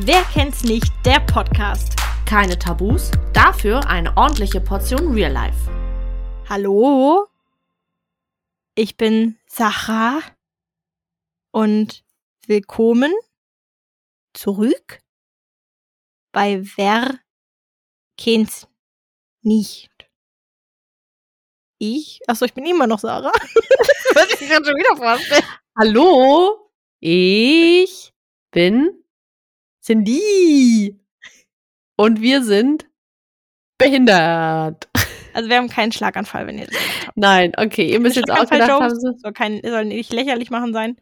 Wer kennt's nicht? Der Podcast. Keine Tabus, dafür eine ordentliche Portion Real Life. Hallo? Ich bin Sarah und willkommen zurück bei Wer kennt's nicht? Ich? Achso, ich bin immer noch Sarah. Was ich gerade schon wieder vorstellen. Hallo, ich bin Cindy und wir sind behindert. Also wir haben keinen Schlaganfall, wenn ihr das Nein, okay, ihr müsst jetzt auch gedacht haben, so- so kein, soll nicht lächerlich machen sein.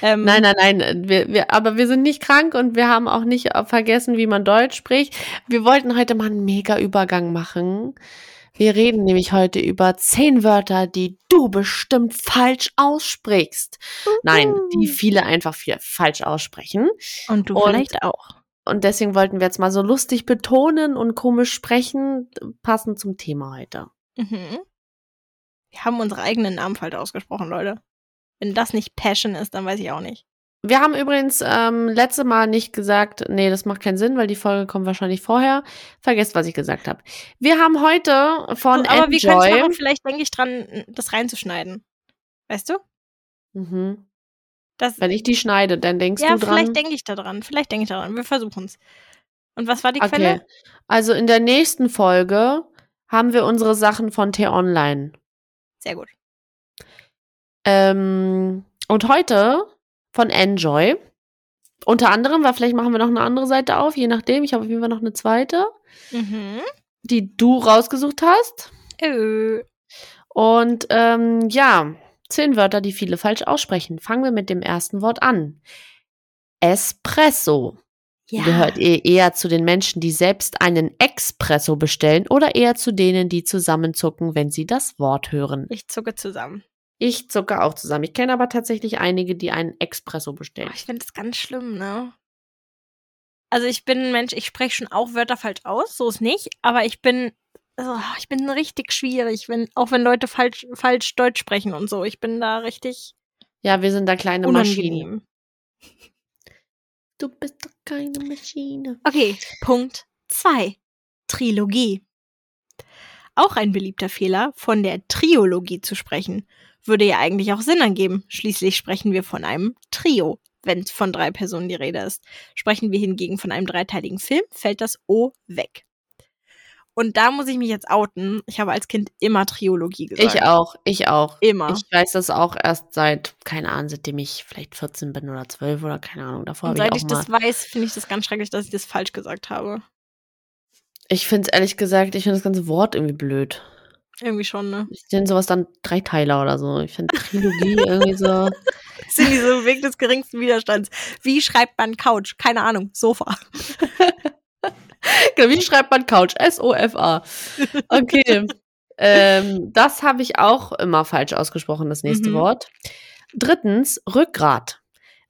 Ähm, nein, nein, nein, wir, wir, aber wir sind nicht krank und wir haben auch nicht äh, vergessen, wie man Deutsch spricht. Wir wollten heute mal einen mega Übergang machen. Wir reden nämlich heute über zehn Wörter, die du bestimmt falsch aussprichst. Nein, die viele einfach viel falsch aussprechen. Und du Und- vielleicht auch. Und deswegen wollten wir jetzt mal so lustig betonen und komisch sprechen, passend zum Thema heute. Mhm. Wir haben unsere eigenen Namen falsch ausgesprochen, Leute. Wenn das nicht Passion ist, dann weiß ich auch nicht. Wir haben übrigens ähm, letzte Mal nicht gesagt, nee, das macht keinen Sinn, weil die Folge kommt wahrscheinlich vorher. Vergesst, was ich gesagt habe. Wir haben heute von Oh, aber wir können es Enjoy. machen, vielleicht denke ich dran, das reinzuschneiden. Weißt du? mhm. Das, Wenn ich die schneide, dann denkst ja, du dran. vielleicht denke ich da dran. Vielleicht denke ich da dran. Wir versuchen es. Und was war die okay. Quelle? Also in der nächsten Folge haben wir unsere Sachen von T-Online. Sehr gut. Ähm, und heute von Enjoy. Unter anderem, weil vielleicht machen wir noch eine andere Seite auf, je nachdem. Ich habe auf jeden Fall noch eine zweite, Mhm. die du rausgesucht hast. Äh, Und ähm, ja, zehn Wörter, die viele falsch aussprechen. Fangen wir mit dem ersten Wort an. Espresso ja. gehört eh eher zu den Menschen, die selbst einen Espresso bestellen oder eher zu denen, die zusammenzucken, wenn sie das Wort hören. Ich zucke zusammen. Ich zucke auch zusammen. Ich kenne aber tatsächlich einige, die einen Espresso Oh, bestellen. ich finde das ganz schlimm, ne? Also ich bin ein Mensch, ich spreche schon auch Wörter falsch aus, so ist nicht, aber ich bin, also, ich bin richtig schwierig, wenn, auch wenn Leute falsch, falsch Deutsch sprechen und so. Ich bin da richtig Ja, wir sind da kleine Maschinen. unangenehm. Du bist doch keine Maschine. Okay, Punkt 2. Trilogie. Auch ein beliebter Fehler, von der Triologie zu sprechen. Würde ja eigentlich auch Sinn ergeben. Schließlich sprechen wir von einem Trio, wenn von drei Personen die Rede ist. Sprechen wir hingegen von einem dreiteiligen Film, fällt das O weg. Und da muss ich mich jetzt outen. Ich habe als Kind immer Triologie gesagt. Ich auch, ich auch. Immer. Ich weiß das auch erst seit, keine Ahnung, seitdem ich vielleicht 14 bin oder 12 oder keine Ahnung. Davor Und habe ich seit auch ich mal. das weiß, finde ich das ganz schrecklich, dass ich das falsch gesagt habe. Ich finde es ehrlich gesagt, ich finde das ganze Wort irgendwie blöd. Irgendwie schon, ne? Ich nenne sowas dann Dreiteiler oder so. Ich finde Trilogie irgendwie so. sind die so im Weg des geringsten Widerstands. Wie schreibt man Couch? Keine Ahnung, Sofa. Genau, Wie schreibt man Couch? S-O-F-A. Okay. ähm, das habe ich auch immer falsch ausgesprochen, das nächste Mhm. Wort. Drittens, Rückgrat.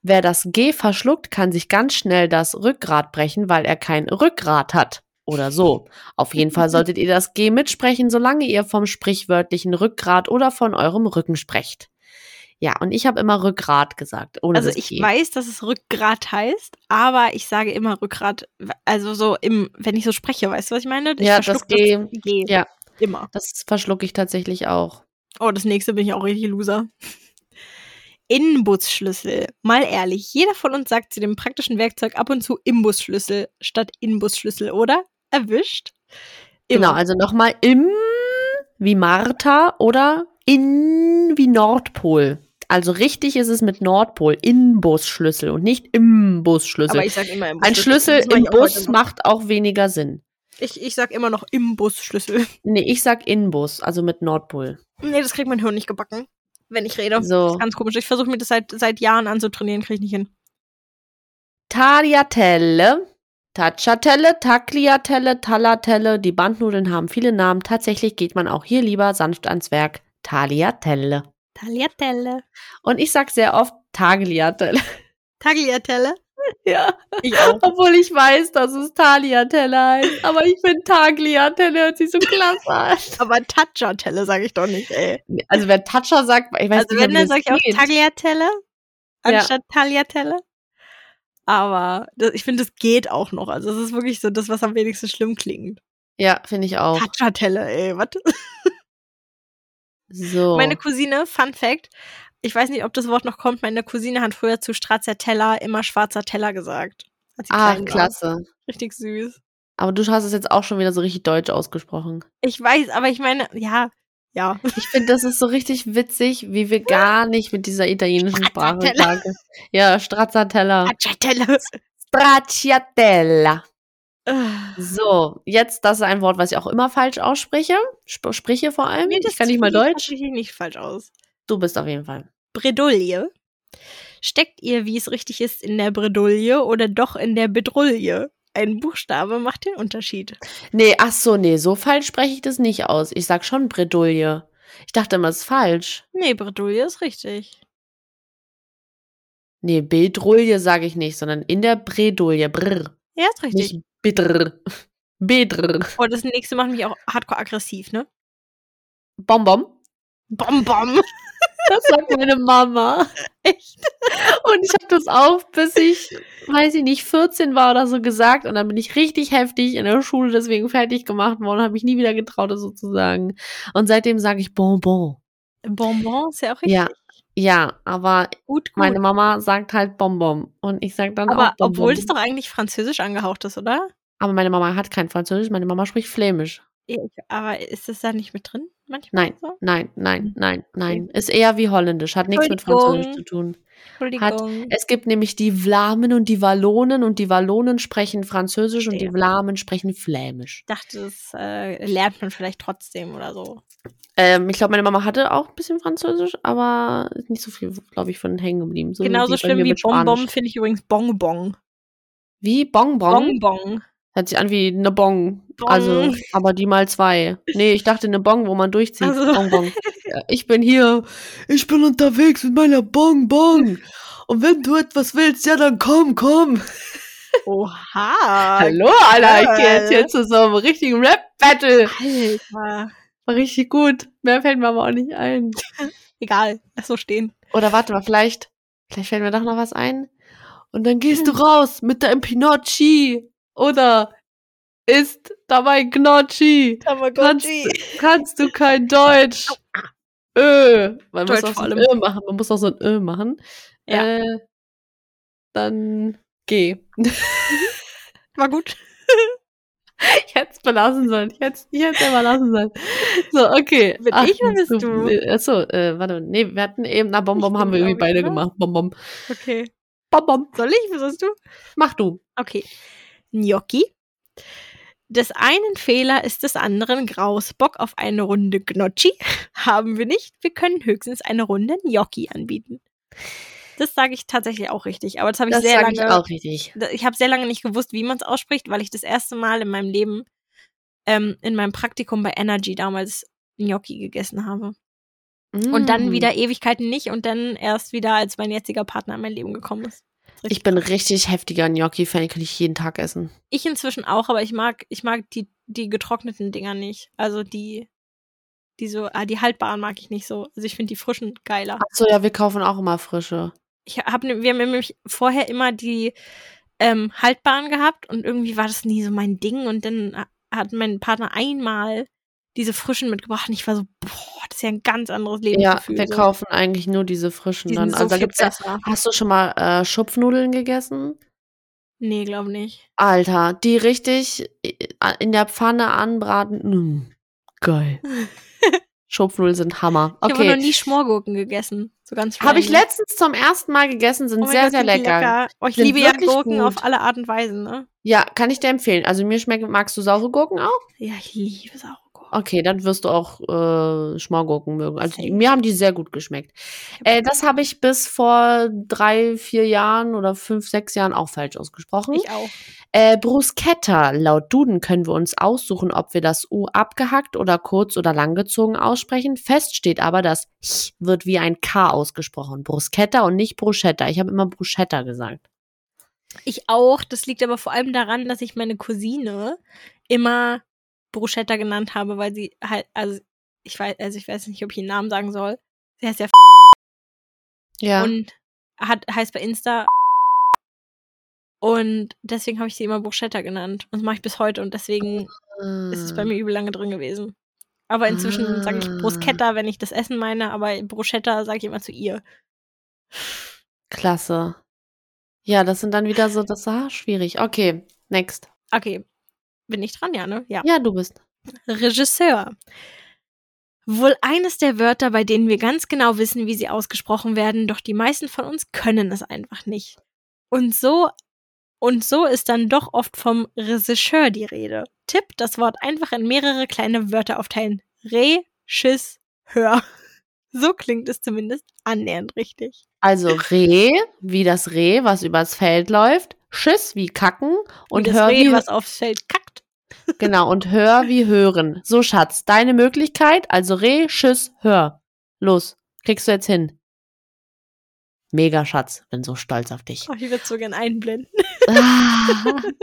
Wer das G verschluckt, kann sich ganz schnell das Rückgrat brechen, weil er kein Rückgrat hat. Oder so. Auf jeden Fall solltet ihr das G mitsprechen, solange ihr vom sprichwörtlichen Rückgrat oder von eurem Rücken sprecht. Ja, und ich habe immer Rückgrat gesagt. Ohne Also das ich G. weiß, dass es Rückgrat heißt, aber ich sage immer Rückgrat, also so im, wenn ich so spreche, weißt du, was ich meine? Ich Ja, verschluck das G. G. Ja. Immer. Das verschlucke ich tatsächlich auch. Oh, das nächste bin ich auch richtig Loser. Inbusschlüssel. Mal ehrlich, jeder von uns sagt zu dem praktischen Werkzeug ab und zu Imbusschlüssel statt Inbusschlüssel, oder? Erwischt? Genau, Immer. also nochmal im wie Martha oder in wie Nordpol. Also richtig ist es mit Nordpol, in Busschlüssel und nicht im Aber Busschlüssel. ich sage immer Imbusschlüssel. Das also Ein Schlüssel mach im ich auch heute Bus noch. macht auch weniger Sinn. Ich, ich sag immer noch Imbusschlüssel. Nee, ich sag in Bus, also mit Nordpol. Nee, das kriegt mein Hirn nicht gebacken, wenn ich rede. Das So. ist ganz komisch. Ich versuche mir das seit, seit Jahren anzutrainieren, kriege ich nicht hin. Tagliatelle, Tacciatelle, Tagliatelle, Talatelle. Die Bandnudeln haben viele Namen. Tatsächlich geht man auch hier lieber sanft ans Werk. Tagliatelle. Tagliatelle. Und ich sag sehr oft Tagliatelle. Tagliatelle? Ja. Ich auch. Obwohl ich weiß, dass es Tagliatelle heißt. Aber ich finde Tagliatelle hört sich so klasse an. Aber Tagliatelle sage ich doch nicht, ey. Also wer Tatscha sagt, ich weiß also nicht, wenn, wie dann das sage ich auch geht. Tagliatelle Ja. anstatt Tagliatelle. Aber das, ich finde, das geht auch noch. Also, es ist wirklich so das, was am wenigsten schlimm klingt. Ja, finde ich auch. Tatscha-Telle, ey, was? So. Meine Cousine, Fun Fact, ich weiß nicht, ob das Wort noch kommt, meine Cousine hat früher zu Stratzer Teller immer schwarzer Teller gesagt. als sie Ach, klein war. Ah, klasse. Richtig süß. Aber du hast es jetzt auch schon wieder so richtig deutsch ausgesprochen. Ich weiß, aber ich meine, ja, ja. Ich finde, das ist so richtig witzig, wie wir gar nicht mit dieser italienischen Sprache Stracciatella. klarkommen. Ja, Strazzatella. Tatscha-Telle. Stracciatella. Äh, So, jetzt, das ist ein Wort, was ich auch immer falsch ausspreche. Sp spreche vor allem. nee, ich kann nicht mal sieht Deutsch. tatsächlich nicht falsch aus. Du bist auf jeden Fall. Bredouille. Steckt ihr, wie es richtig ist, in der Bredouille oder doch in der Bedrouille? Ein Buchstabe macht den Unterschied. Nee, ach so, nee, so falsch spreche ich das nicht aus. Ich sag schon Bredouille. Ich dachte immer, es ist falsch. Nee, Bredouille ist richtig. Nee, Bedrouille sage ich nicht, sondern in der Bredouille. Brr. Ja, ist richtig. Nicht Bidr. Bidr. Oh, das nächste macht mich auch hardcore aggressiv, ne? Bonbon. Bom, bom. Das sagt meine Mama. Echt? Und ich habe das auch, bis ich, weiß ich nicht, 14 war oder so gesagt. Und dann bin ich richtig heftig in der Schule deswegen fertig gemacht worden, habe mich nie wieder getraut, das sozusagen. Und seitdem sage ich Bonbon. Bonbon ist ja auch richtig. Ja. Ja, aber Gut, gut. meine Mama sagt halt Bonbon. Und ich sage dann aber auch Bonbon. obwohl es doch eigentlich französisch angehaucht ist, oder? aber meine Mama hat kein Französisch, meine Mama spricht Flämisch. Ich, aber ist das da nicht mit drin? Manchmal Nein, So? nein, nein, nein, nein. Ist eher wie Holländisch, hat nichts mit Hm. Entschuldigung. Französisch zu tun. Entschuldigung. Es gibt nämlich die Vlamen und die Wallonen und die Wallonen sprechen Französisch und die Ja. Vlamen sprechen Flämisch. ich dachte, das äh, lernt man vielleicht trotzdem oder so. Ähm, ich glaube, meine Mama hatte auch ein bisschen Französisch, aber ist nicht so viel, glaube ich, von hängen geblieben. So Genauso bei schlimm mir wie mit Spanisch. Bonbon finde ich übrigens Bonbon. Wie Bonbon? Bonbon. Hört sich an wie eine Bon. Bon. Also, aber die mal zwei. Nee, ich dachte eine Bon, wo man durchzieht. Also. Bonbon. Ja, Ich bin hier. Ich bin unterwegs mit meiner Bonbon. Und wenn du etwas willst, ja, dann komm, komm. Oha. Hallo, Alter, ich gehe jetzt Geil. hier zu so einem richtigen Rap-Battle. Alter. War richtig gut. Mehr fällt mir aber auch nicht ein. Egal, lass so stehen. Oder warte mal, vielleicht, vielleicht fällt mir doch noch was ein. Und dann gehst du raus mit deinem Pinocchi. Oder ist dabei Gnocchi. Kannst, kannst du kein Deutsch? Ö. Man Deutsch muss auch so vor ein allem. Ö machen. Man muss auch so ein Ö machen. Ja. Äh, dann geh. War gut. jetzt belassen sollen. Jetzt, jetzt immer lassen sollen. So, okay. Bin ich oder bist du? äh, Achso, äh, warte, nee, wir hatten eben, na, Bonbon Ich haben bin, wir irgendwie glaub ich, beide oder? gemacht. Bonbon. Okay. Bonbon. Soll ich? Was hast du? Mach du. Okay. Gnocchi. Des einen Fehler ist des anderen Graus. Bock auf eine Runde Gnocchi haben wir nicht. Wir können höchstens eine Runde Gnocchi anbieten. Das sage ich tatsächlich auch richtig, aber das habe ich Das sehr sage lange. ich auch richtig. da- ich habe sehr lange nicht gewusst, wie man es ausspricht, weil ich das erste Mal in meinem Leben ähm, in meinem Praktikum bei Energy damals Gnocchi gegessen habe. Und dann Mm. wieder Ewigkeiten nicht und dann erst wieder, als mein jetziger Partner in mein Leben gekommen ist. Ich bin richtig heftiger Gnocchi-Fan, kann ich jeden Tag essen. Ich inzwischen auch, aber ich mag, ich mag die, die getrockneten Dinger nicht. Also die, die so, ah, die haltbaren mag ich nicht so. Also ich finde die frischen geiler. Achso, ja, wir kaufen auch immer frische. Ich hab, ne- wir haben nämlich vorher immer die ähm, haltbaren gehabt und irgendwie war das nie so mein Ding und dann ha- hat mein Partner einmal diese frischen mitgebracht und ich war so, boah, das ist ja ein ganz anderes Ja, Lebensgefühl. wir so. kaufen eigentlich nur diese frischen Die dann. sind so also da viel gibt's ja, besser. hast du schon mal äh, Schupfnudeln gegessen? Nee, glaube nicht. Alter, die richtig äh, in der Pfanne anbraten. Mm, geil. Schupfnudeln sind Hammer. Ich habe noch Okay. nie Schmorgurken gegessen. So ganz Habe ich random. letztens zum ersten Mal gegessen, sind Oh mein sehr, Gott, sehr sind die lecker. Oh, ich Sind liebe ja wirklich Gurken gut. auf alle Art und Weisen, ne? Ja, kann ich dir empfehlen. Also mir schmecken, magst du saure Gurken auch? Ja, ich liebe saure Gurken. Okay, dann wirst du auch äh, Schmorgurken mögen. Also die, Safe. mir haben die sehr gut geschmeckt. Äh, das habe ich bis vor drei, vier Jahren oder fünf, sechs Jahren auch falsch ausgesprochen. Ich auch. Äh, Bruschetta. Laut Duden können wir uns aussuchen, ob wir das U abgehackt oder kurz oder langgezogen aussprechen. Fest steht aber, das Ch wird wie ein K ausgesprochen. Bruschetta und nicht Bruschetta. Ich habe immer Bruschetta gesagt. Ich auch. Das liegt aber vor allem daran, dass ich meine Cousine immer Bruschetta genannt habe, weil sie halt, also ich weiß, also ich weiß nicht, ob ich ihren Namen sagen soll. Sie heißt ja, Ja. und hat, heißt bei Insta Und deswegen habe ich sie immer Bruschetta genannt. Und das mache ich bis heute und deswegen Ah. ist Mm. es bei mir übel lange drin gewesen. Aber inzwischen sage ich Ah. Bruschetta, wenn ich das Essen meine, aber Bruschetta sage ich immer zu ihr. Klasse. Ja, das sind dann wieder so, das war schwierig. Okay, next. Okay. Bin ich dran, ja, ne? Ja. Ja, du bist. Regisseur. Wohl eines der Wörter, bei denen wir ganz genau wissen, wie sie ausgesprochen werden, doch die meisten von uns können es einfach nicht. Und so und so ist dann doch oft vom Regisseur die Rede. Tipp, das Wort einfach in mehrere kleine Wörter aufteilen. Re, Schiss, Hör. So klingt es zumindest annähernd richtig. Also Reh, wie das Reh, was übers Feld läuft. Schiss, wie kacken. Und, das hör, Reh, wie, was aufs Feld kackt. genau, und hör wie hören. So, Schatz, deine Möglichkeit. Also Reh, Schiss, hör. Los, kriegst du jetzt hin. Mega, Schatz. Bin so stolz auf dich. Oh, ich würde so gern einblenden.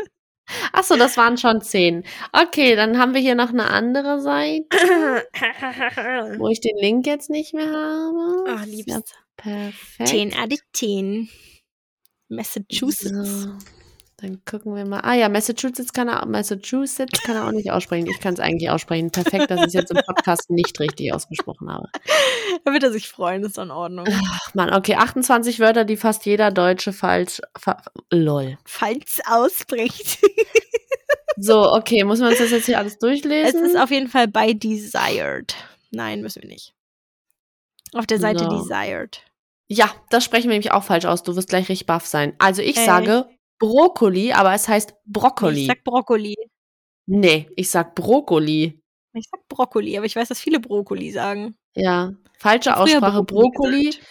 Achso, das waren schon zehn. Okay, dann haben wir hier noch eine andere Seite, wo ich den Link jetzt nicht mehr habe. Oh, Ist liebst. perfekt. 10 out of 10. Massachusetts. So, dann gucken wir mal. Ah ja, Massachusetts kann er, Massachusetts kann er auch nicht aussprechen. Ich kann es eigentlich aussprechen. Perfekt, dass ich es jetzt im Podcast nicht richtig ausgesprochen habe. Da wird er sich freuen, ist in Ordnung. Ach man, okay, 28 Wörter, die fast jeder Deutsche falsch. Fa lol. Falls ausbricht. So, okay, muss man uns das jetzt hier alles es durchlesen? ist auf jeden Fall bei Desired. Nein, müssen wir nicht. Auf der Seite So. Desired. Ja, das sprechen wir nämlich auch falsch aus. Du wirst gleich richtig baff sein. Also ich Ey. sage Brokkoli, aber es heißt Brokkoli. Ich sag Brokkoli. nee, ich sag Brokkoli. Ich sag Brokkoli, aber ich weiß, dass viele Brokkoli sagen. Ja, falsche Früher Aussprache Brokkoli, gesagt.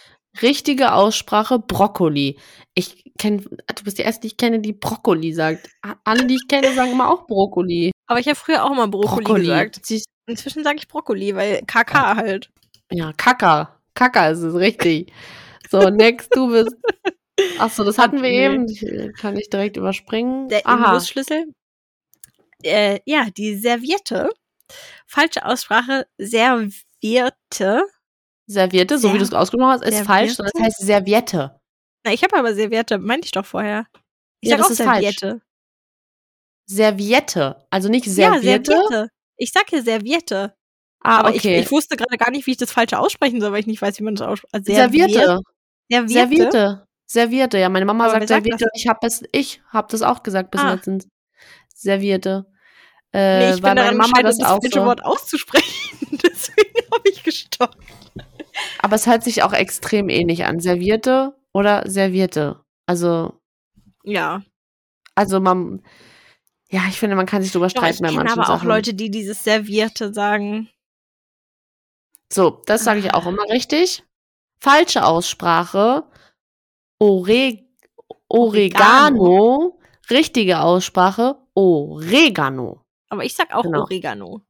richtige Aussprache Brokkoli. Ich kenne, du bist die erste, die ich kenne, die Brokkoli sagt. A- Alle, die ich kenne, sagen immer auch Brokkoli. Aber ich habe früher auch mal Brokkoli, gesagt. Sie- Inzwischen sage ich Brokkoli, weil Ah. KK halt. Ja, Kacker. Kacker ist es richtig. So, next, du bist. Achso, das hatten wir Nee. eben. Ich- äh, Kann ich direkt überspringen. Der Aha. Imbusschlüssel. Äh, ja, die Serviette. Falsche Aussprache Serviette. Serviette, so wie Ser- du es ausgesprochen hast, ist falsch, sondern es heißt Serviette. Na, ich habe aber Serviette, meinte ich doch vorher. Ich Ja, sag das auch ist falsch. Serviette. Serviette, also nicht Serviette. Ja, Serviette. Ich sag hier Serviette. Ah, aber okay. ich, ich wusste gerade gar nicht, wie ich das falsche aussprechen soll, weil ich nicht weiß, wie man das ausspricht. Also Serviette. Serviette. Serviette. Serviette. Serviette. Ja, meine Mama Aber sagt wer sagt Serviette. und Ich habe das, ich hab das auch gesagt bis Ah. letztens. Serviette. Äh, Nee, ich weil bin meine daran Mama gescheitert, das, das auch falsche so. Wort auszusprechen. Deswegen habe ich gestoppt. Aber es hört sich auch extrem ähnlich an. Servierte oder Serviette. Also, Ja. also man, ja, ich finde, man kann sich drüber Doch, ich streiten bei kenne manchen aber auch Sachen. Leute, die dieses Serviette sagen. So, das sage Ah. ich auch immer richtig. Falsche Aussprache. Ore Oregano. Richtige Aussprache. Oregano. Aber ich sag auch Genau. Oregano.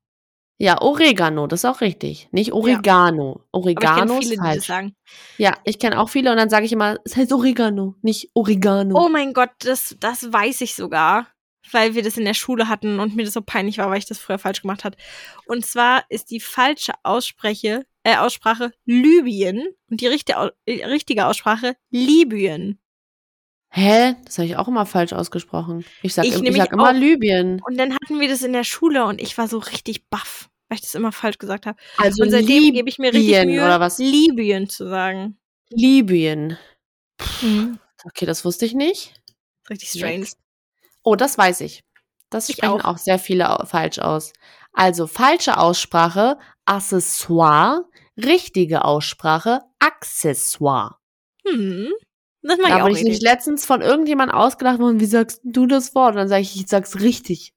Ja, Oregano, das ist auch richtig. Nicht Oregano. Aber ich Oregano kenne ist viele, die das falsch. sagen. Ja, ich kenne auch viele und dann sage ich immer, es heißt Oregano, nicht Oregano. Oh mein Gott, das, das weiß ich sogar, weil wir das in der Schule hatten und mir das so peinlich war, weil ich das früher falsch gemacht hat. Und zwar ist die falsche Ausspreche, äh, Aussprache Libyen und die richtige, Au- äh, richtige Aussprache Libyen. Hä? Das habe ich auch immer falsch ausgesprochen. Ich sage Ich ich nämlich sag immer auch. Libyen. Und dann hatten wir das in der Schule und ich war so richtig baff, weil ich das immer falsch gesagt habe. Also Und seitdem Lib gebe ich mir richtig Libyen Mühe, oder was? Libyen zu sagen. Libyen. Okay, das wusste ich nicht. Richtig strange. Next. Oh, das weiß ich. Das Ich sprechen auch. auch. sehr viele au- falsch aus. Also falsche Aussprache, Accessoire, richtige Aussprache, Accessoire. Hm. Das mag ich Da auch bin ich nicht richtig. letztens von irgendjemandem ausgedacht worden, wie sagst du das Wort? Und dann sage ich, ich sag's richtig.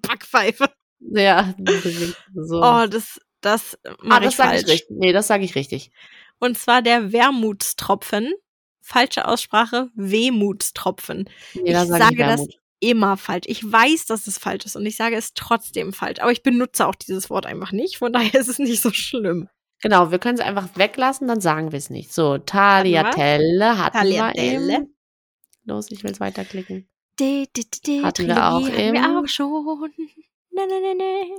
Backpfeife. Ja, so. Oh, das, das ah, mache das ich sage falsch. ich richtig. Nee, das sage ich richtig. Und zwar der Wermutstropfen. Falsche Aussprache, Wehmutstropfen. Nee, da Ich sage ich sage das- Wermut. Immer falsch. Ich weiß, dass es falsch ist und ich sage es trotzdem falsch. Aber ich benutze auch dieses Wort einfach nicht. Von daher ist es nicht so schlimm. Genau, wir können es einfach weglassen, dann sagen wir es nicht. So, Tagliatelle hatten wir Tagliatelle. eben. Los, ich will es weiterklicken. De, de, de, de, Hatten wir auch hatten wir eben. auch schon. Ne, ne, ne, ne.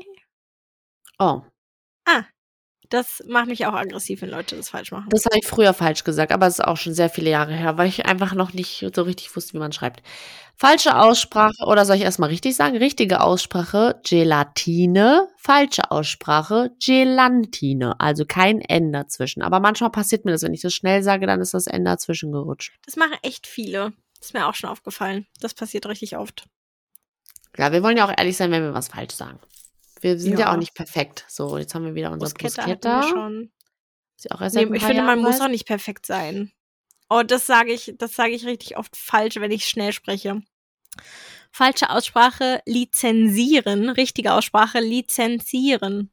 Oh, Das macht mich auch aggressiv, wenn Leute das falsch machen. Das habe ich früher falsch gesagt, aber es ist auch schon sehr viele Jahre her, weil ich einfach noch nicht so richtig wusste, wie man schreibt. Falsche Aussprache, oder soll ich erstmal richtig sagen? Richtige Aussprache, Gelatine. Falsche Aussprache, Gelantine. Also kein N dazwischen. Aber manchmal passiert mir das, wenn ich das schnell sage, dann ist das N dazwischen gerutscht. Das machen echt viele. Ist mir auch schon aufgefallen. Das passiert richtig oft. Ja, wir wollen ja auch ehrlich sein, wenn wir was falsch sagen. Wir sind ja, Ja. auch nicht perfekt. So, jetzt haben wir wieder unser Bruschetta Bruschetta. hatten wir schon. Ist ja auch erst seit Nee, ein ich paar finde, man Jahren muss weiß. auch nicht perfekt sein. Oh, das sage ich, das sage ich richtig oft falsch, wenn ich schnell spreche. Falsche Aussprache lizenzieren, richtige Aussprache lizenzieren.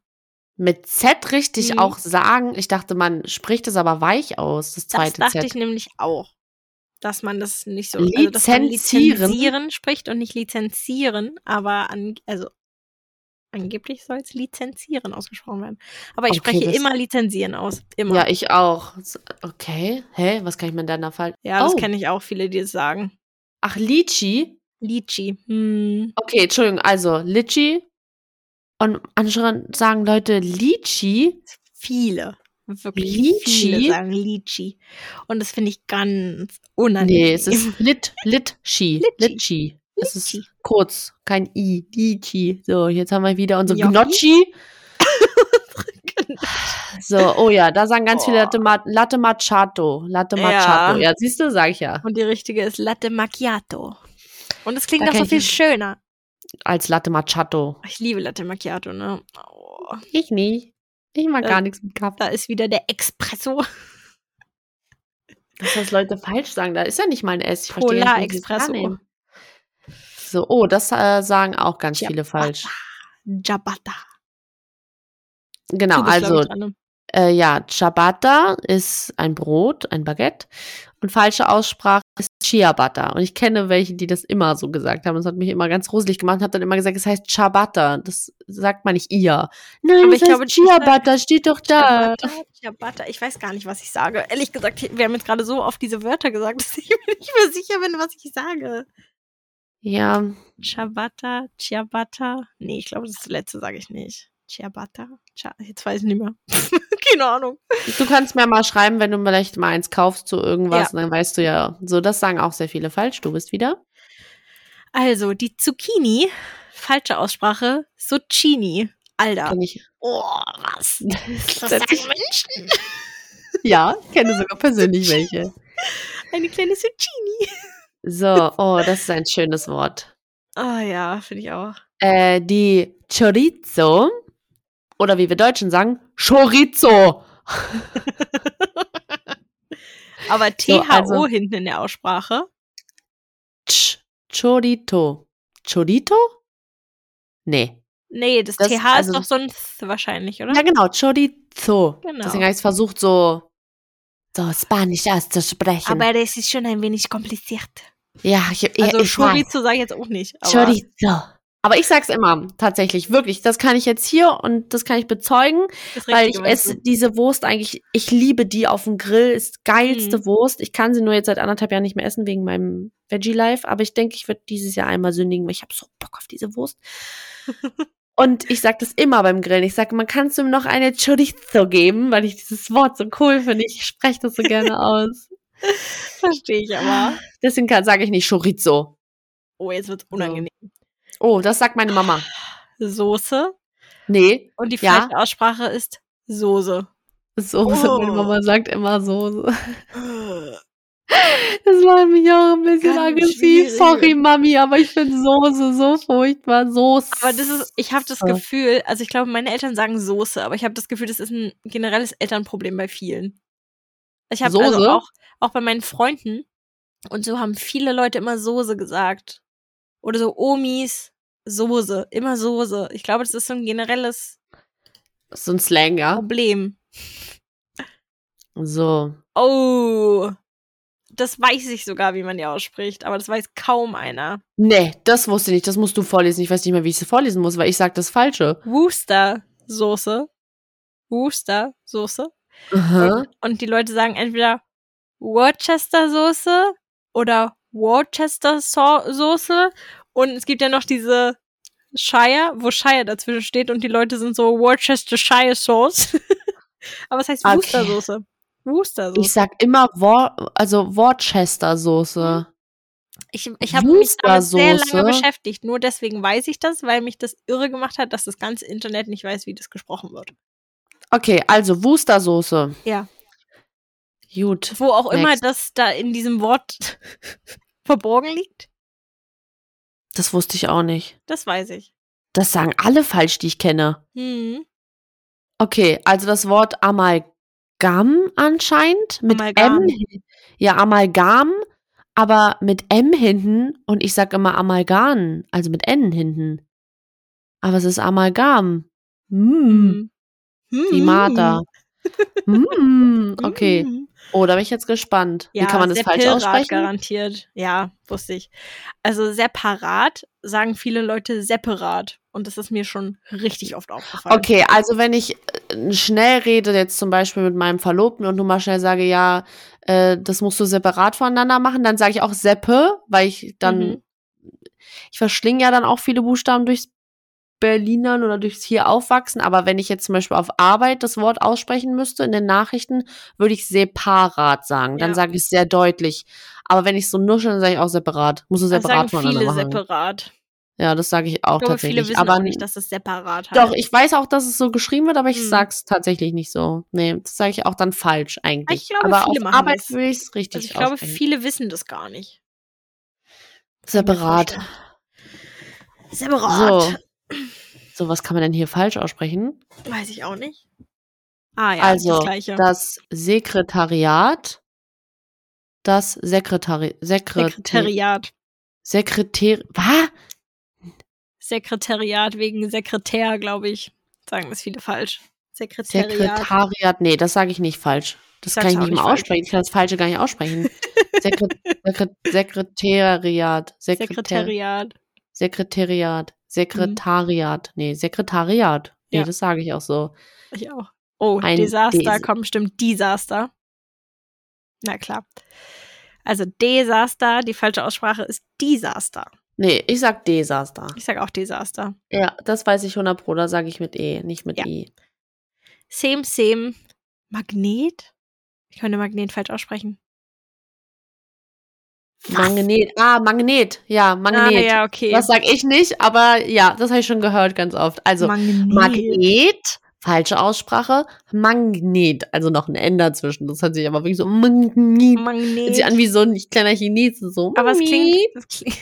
mit Z richtig Mhm. auch sagen. Ich dachte, man spricht es aber weich aus, das Das zweite dachte Z. ich nämlich auch, dass man das nicht so also, dass man Lizenzieren? lizenzieren spricht und nicht lizenzieren, aber an, also angeblich soll es lizenzieren ausgesprochen werden. Aber ich Okay, spreche das- immer lizenzieren aus, immer. Ja, ich auch. S- Okay. Hä? Was kann ich mir denn da falsch? Ja, das Oh. kenne ich auch viele, die es sagen. Ach, Litchi. Litschi. Hm. Okay, Entschuldigung. Also, Litchi. Und anscheinend sagen Leute Litchi. Viele. Wirklich Litchi? viele sagen Litschi. Und das finde ich ganz unangenehm. Nee, es ist Lit, Litchi. Litchi. Litchi. Es ist Litchi. kurz, kein I. Litchi. So, jetzt haben wir wieder unsere Gnocchi. Gnocchi. So, oh ja, da sagen ganz viele Oh. Latte, Ma Latte Machato. Latte Ja. Machato. Ja, siehst du, sag ich ja. Und die richtige ist Latte Macchiato. Und es klingt Da auch so kenn ich viel nicht. schöner. Ah, Als Latte Machato. Ich liebe Latte Macchiato, ne? Oh, Ich nicht. Ich mag Äh, gar nichts mit Kaffee. da ist wieder der Espresso. Dass das Leute falsch sagen, da ist ja nicht mal ein S. Ich verstehe nicht, Polar wie sie es Espresso. annehmen. So, oh, das äh, sagen auch ganz Ja, viele falsch. Ciabatta. Genau, Du bist, glaub also ich, dran, ne? äh, ja, Ciabatta ist ein Brot, ein Baguette. Und falsche Aussprache ist Ciabatta. Und ich kenne welche, die das immer so gesagt haben. Das hat mich immer ganz roselig gemacht. Ich habe dann immer gesagt, es heißt Ciabatta. Das sagt man nicht ihr. Nein, Aber das ich glaube, heißt das sagt Ciabatta, steht doch da. Ciabatta, Ciabatta. Ich weiß gar nicht, was ich sage. Ehrlich gesagt, wir haben jetzt gerade so oft diese Wörter gesagt, dass ich mir nicht mehr sicher bin, was ich sage. Ja, Ciabatta, Ciabatta. Nee, ich glaube, das letzte sage ich nicht. Ciabatta. Cia jetzt weiß ich nicht mehr. Keine Ahnung. Du kannst mir mal schreiben, wenn du vielleicht mal eins kaufst zu irgendwas, dann weißt du ja. So, das sagen auch sehr viele falsch. Du bist wieder. Also, die Zucchini, falsche Aussprache, Zucchini. Alter. Kenn ich. Oh, was? Das setz sagen ich- Menschen. Ja, kenne sogar persönlich welche. Eine kleine Zucchini. So, oh, das ist ein schönes Wort. Ah ja, finde ich auch. Äh, die Chorizo oder wie wir Deutschen sagen, Chorizo. Aber THO So, also- hinten in der Aussprache. Ch Chorito. Chorito? Nee. Nee, das, Das- TH also- ist doch so ein Th wahrscheinlich, oder? Ja, genau, Chorizo. Hm? Genau. Deswegen habe ich es versucht, so, so Spanisch auszusprechen. Aber das ist schon ein wenig kompliziert. ja, ich, ich, Also ich weiß. Chorizo sage ich jetzt auch nicht. Aber Chorizo. Aber ich sag's immer, tatsächlich, wirklich. Das kann ich jetzt hier und das kann ich bezeugen, das weil ich Richtige meinst esse diese Wurst eigentlich, ich liebe die auf dem Grill, ist geilste Mhm. Wurst. Ich kann sie nur jetzt seit anderthalb Jahren nicht mehr essen wegen meinem Veggie Life, aber ich denke, ich werde dieses Jahr einmal sündigen, weil ich habe so Bock auf diese Wurst. und ich sag das immer beim Grillen. Ich sage, man kannst ihm noch eine Chorizo geben, weil ich dieses Wort so cool finde. Ich spreche das so gerne aus. du. verstehe ich aber. Deswegen sage ich nicht Chorizo. Oh, jetzt wird's unangenehm. Oh, das sagt meine Mama. Soße Nee, und die Ja. falsche Aussprache ist Soße. Soße, Oh. meine Mama sagt immer Soße. Ganz Das macht mich auch ein bisschen Ganz aggressiv. schwierig. Sorry, Mami, aber ich finde Soße so furchtbar. Soße. Aber das ist, ich habe das Soße. Gefühl, also ich glaube, meine Eltern sagen Soße, aber ich habe das Gefühl, das ist ein generelles Elternproblem bei vielen. Ich habe also Soße? auch, auch bei meinen Freunden und so haben viele Leute immer Soße gesagt. Oder so Omis, Soße, immer Soße. Ich glaube, das ist so ein generelles so ein Slang, ja. Problem. So. Oh, das weiß ich sogar, wie man die ausspricht, aber das weiß kaum einer. Nee, das wusste ich nicht. Das musst du vorlesen. Ich weiß nicht mehr, wie ich es vorlesen muss, weil ich sage das Falsche. Worcester-Soße. Worcester-Soße. Aha. Und die Leute sagen entweder Worcester Soße oder Worcester So- Soße. Und es gibt ja noch diese Shire, wo Shire dazwischen steht und die Leute sind so Worcestershire Sauce. Aber es heißt Okay. Wustersoße. Wustersoße. Ich sag immer Wor also Mhm. Worcester-Soße. Ich, ich habe mich damit sehr lange Wustersoße. beschäftigt. Nur deswegen weiß ich das, weil mich das irre gemacht hat, dass das ganze Internet nicht weiß, wie das gesprochen wird. Okay, also Worcester-Soße. Ja. Gut. Wo auch immer Next. das da in diesem Wort verborgen liegt, Das wusste ich auch nicht. das weiß ich. Das sagen alle falsch, die ich kenne. Hm. Okay, also das Wort Amalgam anscheinend mit Amalgam. M. hin- Ja, Amalgam, aber mit M hinten und ich sag immer Amalgan, also mit N hinten. Aber es ist Amalgam. Mm, die Hm. Martha. Mm, okay. Hm. Oh, da bin ich jetzt gespannt. Ja, Wie kann man das sehr falsch Pilrat aussprechen? garantiert. Ja, wusste ich. Also separat sagen viele Leute separat. Und das ist mir schon richtig oft aufgefallen. Okay, also wenn ich äh, schnell rede, jetzt zum Beispiel mit meinem Verlobten und nur mal schnell sage, ja, äh, das musst du separat voneinander machen, dann sage ich auch Seppe, weil ich dann, Mhm. ich verschlinge ja dann auch viele Buchstaben durchs Berlinern oder durchs hier aufwachsen, aber wenn ich jetzt zum Beispiel auf Arbeit das Wort aussprechen müsste in den Nachrichten, würde ich separat sagen. Dann Ja. sage ich es sehr deutlich. Aber wenn ich so nuschel, dann sage ich auch separat. Musst du Das Also sagen separat voneinander viele machen. separat. Ja, das sage ich auch Ich glaube, tatsächlich. viele wissen aber auch nicht, dass es separat heißt. doch, ich weiß auch, dass es so geschrieben wird, aber ich Hm. sag's tatsächlich nicht so. Nee, das sage ich auch dann falsch eigentlich. Ich glaube, aber viele auf machen Arbeit das. würde ich's richtig also ich glaube, aussprechen. viele wissen das gar nicht. Kann ich mir Separat. vorstellen. Separat. So. so, was kann man denn hier falsch aussprechen? Weiß ich auch nicht. Ah ja, also, das gleiche. das Sekretariat, das Sekretari Sekretär Sekretariat. Sekretär was? Sekretariat wegen Sekretär, glaube ich. Sagen das viele falsch. Sekretariat. Sekretariat, nee, das sage ich nicht falsch. Das Sag's kann ich auch nicht nicht mal falsch. aussprechen. Ich kann das Falsche gar nicht aussprechen. Sekre Sekre Sekretariat. Sekretär Sekretariat. Sekretariat. Sekretariat. Nee, Sekretariat. Nee, Mhm. Ja. das sage ich auch so. Ich auch. Oh, Ein Desaster Des- kommt bestimmt Desaster. Na klar. Also Desaster, die falsche Aussprache ist Desaster. Nee, ich sag Desaster. Ich sag auch Desaster. Ja, das weiß ich 100 Pro, da sage ich mit E, nicht mit Ja. I. Same, same. Magnet? Ich könnte Magnet falsch aussprechen. Magnet. Ah, Magnet. Ja, Magnet. Ah, ja, okay. Das sag ich nicht, aber ja, das habe ich schon gehört ganz oft. Also Magnet. Magnet, falsche Aussprache, Magnet. Also noch ein N dazwischen. Das hört sich aber wirklich so Magnet. Hört sich an Magnet. wie so ein kleiner Chinese. So. Aber es klingt, Magnet. das klingt,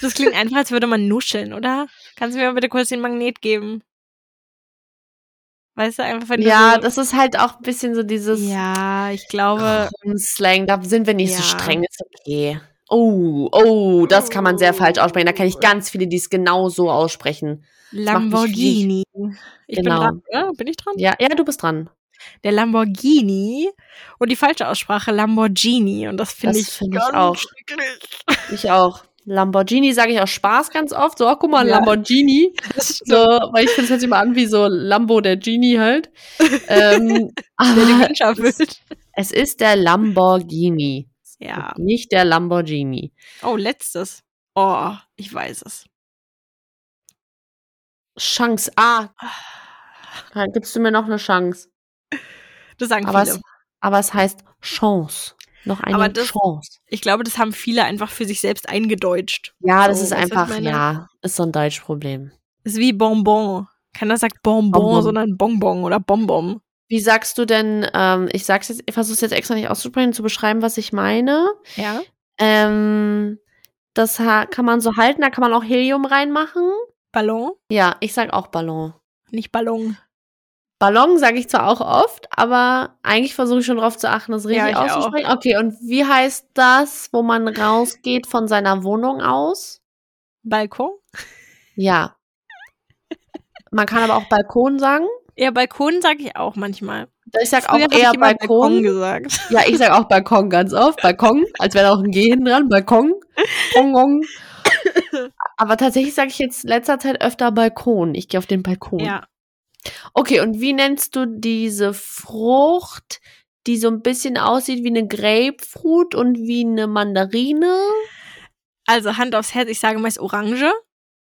das klingt einfach, als würde man nuscheln, oder? Kannst du mir mal bitte kurz den Magnet geben? Weißt du, einfach wenn du Ja, so, das ist halt auch ein bisschen so dieses. ja, ich glaube, Im Slang, da sind wir nicht so Ja. streng, ist okay. Oh, oh, das kann man sehr falsch aussprechen. Da kenne Oh. ich ganz viele, die es genau so aussprechen. macht mich Lamborghini. Ich Genau. bin dran, oder? Bin ich dran? Ja, ja, du bist dran. Der Lamborghini und die falsche Aussprache Lamborghini und das finde Das ich, finde ich ganz auch. schrecklich. Ich auch. Lamborghini sage ich auch Spaß ganz oft. So, ach, guck mal, ein Ja. Lamborghini. Das So, weil ich finde es hört sich mal an wie so Lambo der Genie halt. ähm, den aber Wunsch erfüllt. es ist der Lamborghini. Ja. Nicht der Lamborghini. Oh, letztes. Oh, ich weiß es. Chance. Ah, Ah. gibst du mir noch eine Chance? Das sagen Aber viele. es, aber es heißt Chance. Noch eine Aber das- Chance. Ich glaube, das haben viele einfach für sich selbst eingedeutscht. Ja, das So, ist weißt du, was ich einfach, meine? ja, ist so ein Deutschproblem. Ist wie Bonbon. Keiner sagt Bonbon, Bonbon. sondern Bonbon oder Bonbon. Wie sagst du denn, ähm, ich sag's jetzt, ich versuch's jetzt extra nicht auszusprechen, zu beschreiben, was ich meine. Ja. Ähm, das ha- kann man so halten, da kann man auch Helium reinmachen. Ballon, Ja, ich sag auch Ballon. nicht Ballon. Ballon sage ich zwar auch oft, aber eigentlich versuche ich schon drauf zu achten, das Ja, richtig ich auch. auszusprechen. Okay, und wie heißt das, wo man rausgeht von seiner Wohnung aus? Balkon? Ja. Man kann aber auch Balkon sagen. Ja, Balkon sage ich auch manchmal. Ich sag Früher auch hab eher ich immer Balkon Balkon. gesagt. Ja, ich sag auch Balkon ganz oft. Balkon, als wäre da auch ein G hinten dran. Balkon. Balkon. Aber tatsächlich sage ich jetzt in letzter Zeit öfter Balkon. Ich gehe auf den Balkon. Ja. Okay, und wie nennst du diese Frucht, die so ein bisschen aussieht wie eine Grapefruit und wie eine Mandarine? Also Hand aufs Herz, ich sage meist Orange,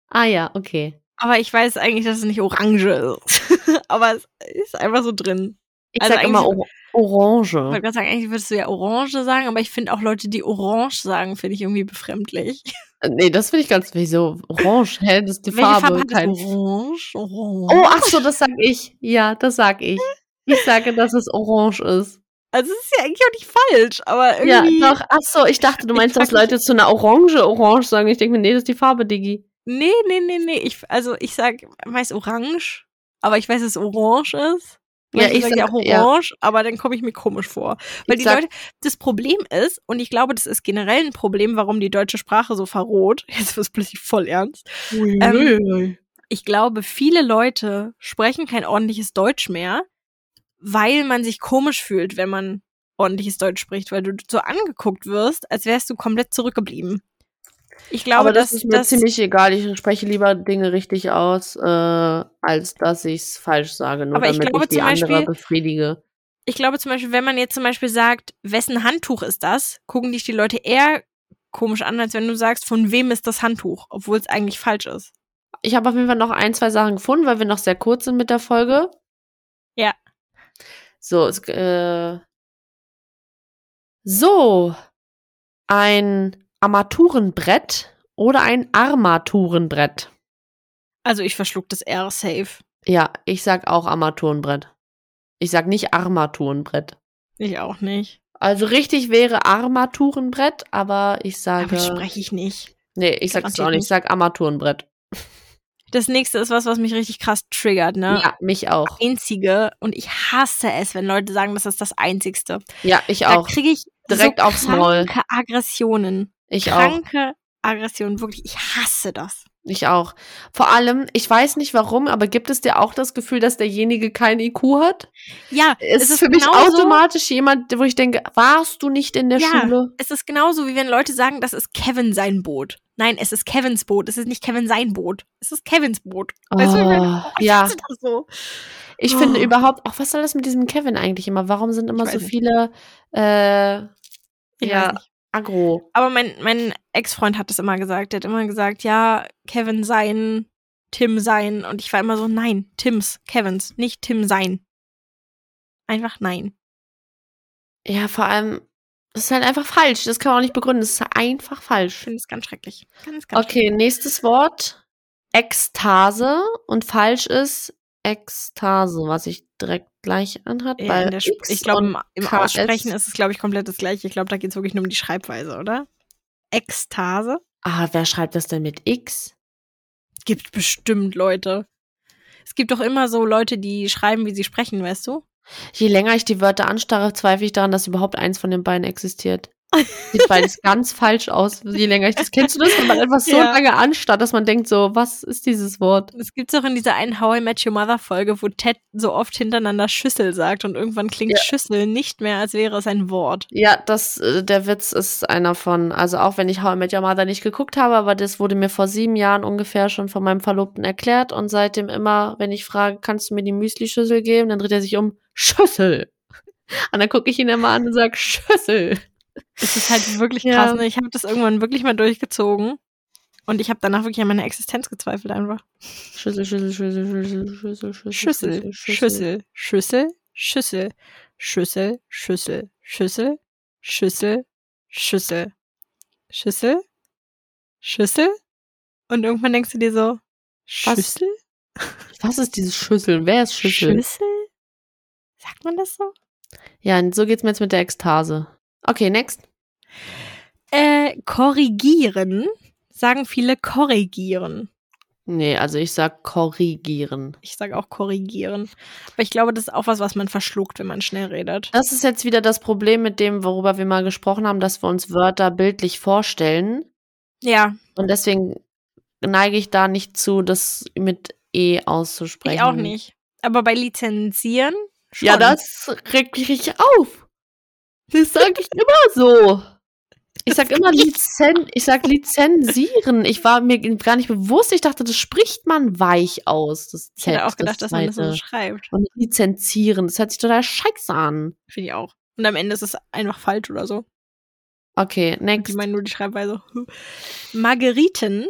Ah ja, okay. aber ich weiß eigentlich, dass es nicht Orange ist. aber es ist einfach so drin. Ich Also sag immer Or Ich Orange. wollte gerade sagen, eigentlich würdest du ja Orange sagen, aber ich finde auch Leute, die Orange sagen, finde ich irgendwie befremdlich. Äh, Nee, das finde ich ganz wichtig. So Orange, hä? Das ist die Welche Farbe. Farbe hat kein- das? Orange? Orange. Oh, ach so, das sag ich. Ja, das sag ich. Ich sage, dass es orange ist. Also es ist ja eigentlich auch nicht falsch, aber irgendwie. Ja, doch. Ach so, ich dachte, du Ich meinst, dass frag mich- Leute zu einer Orange orange sagen. Ich denke mir, nee, das ist die Farbe, Diggi. Nee, nee, nee, nee. Ich, also ich sag, meist orange, aber ich weiß, dass es orange ist. Ja, Manche ich sagen sag- auch ja. orange, aber dann komme ich mir komisch vor. Weil Ich die sag- Leute, das Problem ist, und ich glaube, das ist generell ein Problem, warum die deutsche Sprache so verroht. Jetzt wird es plötzlich voll ernst. Ähm, Ich glaube, viele Leute sprechen kein ordentliches Deutsch mehr, weil man sich komisch fühlt, wenn man ordentliches Deutsch spricht, weil du so angeguckt wirst, als wärst du komplett zurückgeblieben. Ich glaube, aber das, dass ist mir dass- ziemlich egal. Ich spreche lieber Dinge richtig aus, äh, als dass ich es falsch sage, nur Aber ich damit glaube ich die zum andere Beispiel- befriedige. ich glaube zum Beispiel, wenn man jetzt zum Beispiel sagt, wessen Handtuch ist das, gucken dich die Leute eher komisch an, als wenn du sagst, von wem ist das Handtuch, obwohl es eigentlich falsch ist. Ich habe auf jeden Fall noch ein, zwei Sachen gefunden, weil wir noch sehr kurz sind mit der Folge. Ja. So, es, äh, so ein Armaturenbrett oder ein Armaturenbrett. Also ich verschluck das R safe. Ja, ich sag auch Armaturenbrett. Ich sag nicht Armaturenbrett. Ich auch nicht. Also richtig wäre Armaturenbrett, aber ich Aber sage. das spreche ich nicht. nee, ich sag es garantiert auch nicht. Ich nicht. sag Armaturenbrett. Das nächste ist was, was mich richtig krass triggert, ne? Ja, mich auch. Einzige und ich hasse es, wenn Leute sagen, das ist das Einzigste. Ja, ich Da auch. kriege ich Direkt so aufs Maul. kranke Aggressionen. Ich auch. kranke Aggressionen, wirklich. Ich hasse das. Ich auch. Vor allem, ich weiß nicht warum, aber gibt es dir auch das Gefühl, dass derjenige kein IQ hat? Ja, Es es ist für mich genauso- automatisch jemand, wo ich denke, warst du nicht in der Ja. Schule? es ist genauso, wie wenn Leute sagen, das ist Kevin sein Boot. Nein, es ist Kevins Boot. Es ist nicht Kevin sein Boot. Es ist Kevins Boot. Weißt du, ich meine, Oh, ich ja. hasse das so. Ich finde Oh. überhaupt, auch was soll das mit diesem Kevin eigentlich immer? Warum sind immer Ich so weiß nicht. viele äh, Ich Ja. weiß nicht. Agro? Aber mein, mein Ex-Freund hat das immer gesagt. Der hat immer gesagt, ja, Kevin sein, Tim sein. Und ich war immer so, nein, Tims, Kevins, nicht Tim sein. Einfach nein. Ja, vor allem, das ist halt einfach falsch. Das kann man auch nicht begründen. Das ist einfach Ich falsch. finde es ganz schrecklich. Ganz, ganz Okay, nächstes Wort. Ekstase. Und falsch ist Ekstase, was ich direkt gleich anhat. schrecklich. Ja, weil in der Sp- X ich glaube, und im, im KS. Aussprechen ist es, glaube ich, komplett das Gleiche. Ich glaube, da geht es wirklich nur um die Schreibweise, oder? Ekstase. Ah, wer schreibt das denn mit X? Gibt bestimmt Leute. Es gibt doch immer so Leute, die schreiben, wie sie sprechen, weißt du? Je länger ich die Wörter anstarre, zweifle ich daran, dass überhaupt eins von den beiden existiert. Sieht beides ganz falsch aus, je länger ich das. Kennst du das, wenn man etwas so Ja. lange anstarrt, dass man denkt so, was ist dieses Wort? Es gibt's doch in dieser einen How I Met Your Mother Folge, wo Ted so oft hintereinander Schüssel sagt und irgendwann klingt Ja. Schüssel nicht mehr, als wäre es ein Wort. Ja, das, äh, der Witz ist einer von, also auch wenn ich How I Met Your Mother nicht geguckt habe, aber das wurde mir vor sieben Jahren ungefähr schon von meinem Verlobten erklärt und seitdem immer, wenn ich frage, kannst du mir die Müslischüssel geben, dann dreht er sich um, Schüssel. Und dann gucke ich ihn immer an und sage, Schüssel. Es ist halt wirklich Ja. krass. Ne? Ich habe das irgendwann wirklich mal durchgezogen und ich habe danach wirklich an meiner Existenz gezweifelt einfach. Schüssel, Schüssel, Schüssel, Schüssel, Schüssel, Schüssel, Schüssel, Schüssel, Schüssel, Schüssel, Schüssel, Schüssel, Schüssel, Schüssel, Schüssel, Schüssel, Schüssel. Und irgendwann denkst du dir so, Was? Schüssel? Was ist dieses Schüssel? Wer ist Schüssel? Schüssel? Sagt man das so? Ja, und so geht's mir jetzt mit der Ekstase. Okay, next. Äh, korrigieren. Sagen viele korrigieren. Nee, also ich sag korrigieren. Ich sage auch korrigieren. Aber ich glaube, das ist auch was, was man verschluckt, wenn man schnell redet. Das ist jetzt wieder das Problem mit dem, worüber wir mal gesprochen haben, dass wir uns Wörter bildlich vorstellen. Ja, Und deswegen neige ich da nicht zu, das mit E auszusprechen. ich auch nicht. Aber bei lizenzieren schon. Ja, das regt mich richtig auf. Das sage ich immer so. Ich sag immer Lizen ich sag lizenzieren. Ich war mir gar nicht bewusst. Ich dachte, das spricht man weich aus. Das Ich Z, hätte auch gedacht, dass das man das so zweite. schreibt. Und lizenzieren. Das hört sich total scheiße an. Finde ich auch. Und am Ende ist es einfach falsch oder so. Okay, Die next. meinen nur die Schreibweise. Hm. Margeriten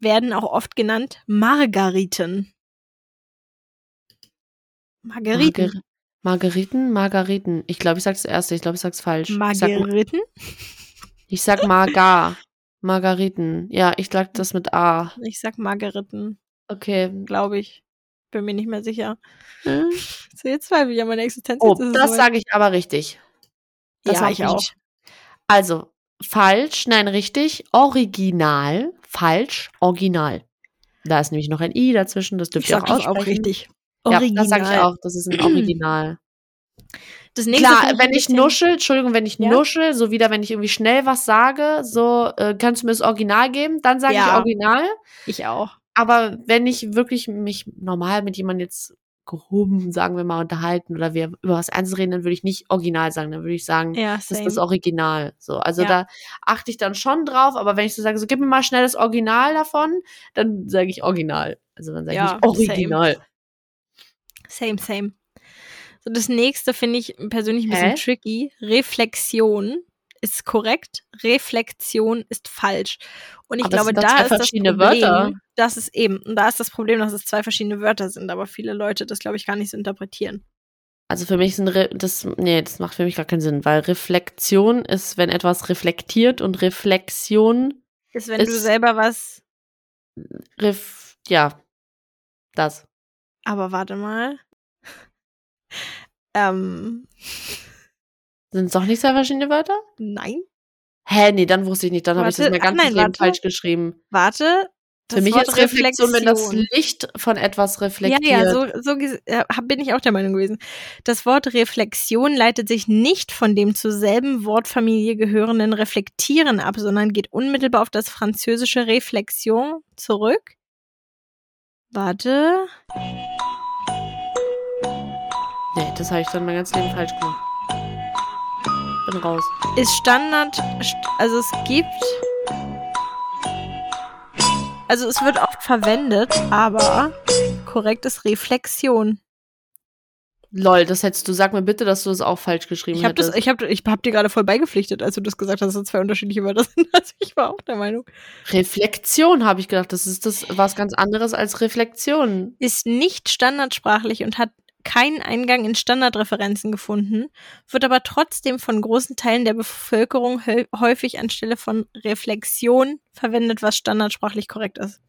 werden auch oft genannt Margariten. Margeriten. Marger- Margeriten? Margariten. Ich glaube, ich sage das erste. Ich glaube, ich sag's falsch. Ich sag, Margeriten? ich sag Margar. Margariten. Ja, ich sag das mit A. Ich sag Margeriten, Okay. glaube ich. Bin mir nicht mehr sicher. Hm. So, jetzt zweifle ich an meiner Existenz. Oh, jetzt ist es das soweit. sage ich aber richtig. Das ja, hab ich auch. Also, falsch, nein, richtig, original, falsch, original. Da ist nämlich noch ein I dazwischen, das dürft Ich ihr auch sag das aussprechen. auch richtig. Ja, das sage ich auch, das ist ein Original. Das nächste Klar, finde wenn ein ich bisschen- nuschel, Entschuldigung, wenn ich Ja? nuschel, so wieder, wenn ich irgendwie schnell was sage, so, äh, kannst du mir das Original geben? Dann sage ich Ja. Original. Ich auch. Aber wenn ich wirklich mich normal mit jemandem jetzt gehoben, sagen wir mal, unterhalten oder wir über was Ernstes reden, dann würde ich nicht Original sagen, dann würde ich sagen, Ja, das same. ist das Original. So, also Ja. da achte ich dann schon drauf, aber wenn ich so sage, so gib mir mal schnell das Original davon, dann sage ich Original. Also dann sage Ja, ich nicht Original. Same, same. So, das nächste finde ich persönlich ein Hä? bisschen tricky. Reflexion ist korrekt, Reflexion ist falsch. Und ich Aber das glaube, sind doch da zwei ist das verschiedene Problem, Wörter. dass es eben, und da ist das Problem, dass es zwei verschiedene Wörter sind, aber viele Leute das, glaube ich, gar nicht so interpretieren. Also für mich sind Re das nee, das macht für mich gar keinen Sinn, weil Reflexion ist, wenn etwas reflektiert und Reflexion Ist, wenn du Ist- selber was, ref ja das. aber warte mal. ähm, Sind es doch nicht zwei verschiedene Wörter? nein, Hä, nee, dann wusste ich nicht, dann habe ich das Warte, mein ach ganzes nein, Leben warte. falsch geschrieben. warte. Das für mich Wort ist Reflexion, wenn das Reflexion. Licht von etwas Ja, reflektiert. ja, so, so ges- äh, hab- bin ich auch der Meinung gewesen. Das Wort Reflexion leitet sich nicht von dem zur selben Wortfamilie gehörenden Reflektieren ab, sondern geht unmittelbar auf das französische Reflexion zurück. Warte. Nee, das habe ich dann mein ganzes Leben falsch gemacht. Bin raus. Ist Standard, st- also es gibt. Also es wird oft verwendet, aber korrekt ist Reflexion. Lol, das hättest du, sag mir bitte, dass du das auch falsch geschrieben Ich habe das, hättest. ich hab, ich hab dir gerade voll beigepflichtet, als du das gesagt hast, dass das zwei unterschiedliche Wörter sind. Also ich war auch der Meinung. Reflexion, habe ich gedacht. Das ist das was ganz anderes als Reflexion. ist nicht standardsprachlich und hat keinen Eingang in Standardreferenzen gefunden, wird aber trotzdem von großen Teilen der Bevölkerung hö- häufig anstelle von Reflexion verwendet, was standardsprachlich korrekt ist.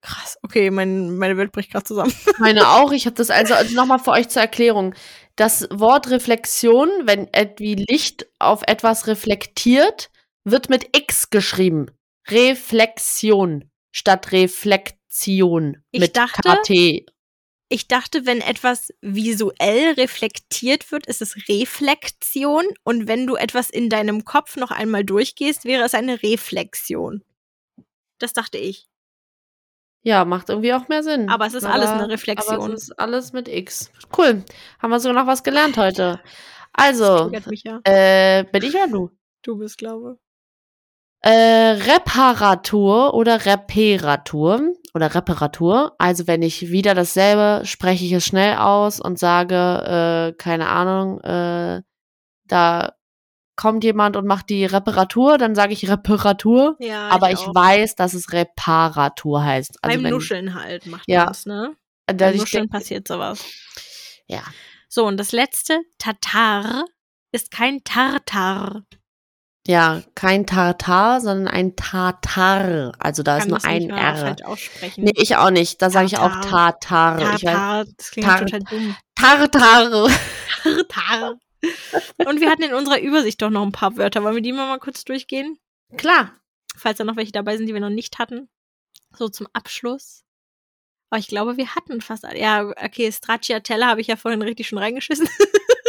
Krass, okay, mein, meine Welt bricht gerade zusammen. Meine auch. Ich habe das also, also nochmal für euch zur Erklärung. Das Wort Reflexion, wenn etwie Licht auf etwas reflektiert, wird mit X geschrieben. Reflexion statt Reflexion. Ich mit dachte- KT. Ich dachte, wenn etwas visuell reflektiert wird, ist es Reflexion und wenn du etwas in deinem Kopf noch einmal durchgehst, wäre es eine Reflexion. Das dachte ich. Ja, macht irgendwie auch mehr Sinn. Hm. Aber es ist alles eine Reflexion. Aber es ist alles mit X. Cool. Haben wir sogar noch was gelernt heute. Also, Das triggert mich ja. äh, bin ich ja du. Du bist, glaube Äh, Reparatur oder Reparatur oder Reparatur. Also wenn ich wieder dasselbe, spreche ich es schnell aus und sage, äh, keine Ahnung, äh, da kommt jemand und macht die Reparatur, dann sage ich Reparatur. Ja, Aber ich, auch. weiß, dass es Reparatur heißt. Also Beim wenn, Nuscheln halt macht Ja. ja. man's, ne? Äh, dass Beim ich Nuscheln denk- passiert sowas. Ja. So, und das letzte, Tatar, ist kein Tartar. Ja, kein Tartar, sondern ein Tatar. Also da Kann ist nur das ein nicht mal R. falsch aussprechen. Nee, ich auch nicht. Da sage ich auch Tartar. Tatar. Ich weiß, Tartar, das klingt Tar- total dumm. Tartar. Tartar. und wir hatten in unserer Übersicht doch noch ein paar Wörter. Wollen wir die mal, mal kurz durchgehen? Klar. Falls da noch welche dabei sind, die wir noch nicht hatten. So zum Abschluss. Aber ich glaube, wir hatten fast alle. Ja, okay, Stracciatella habe ich ja vorhin richtig schon reingeschissen.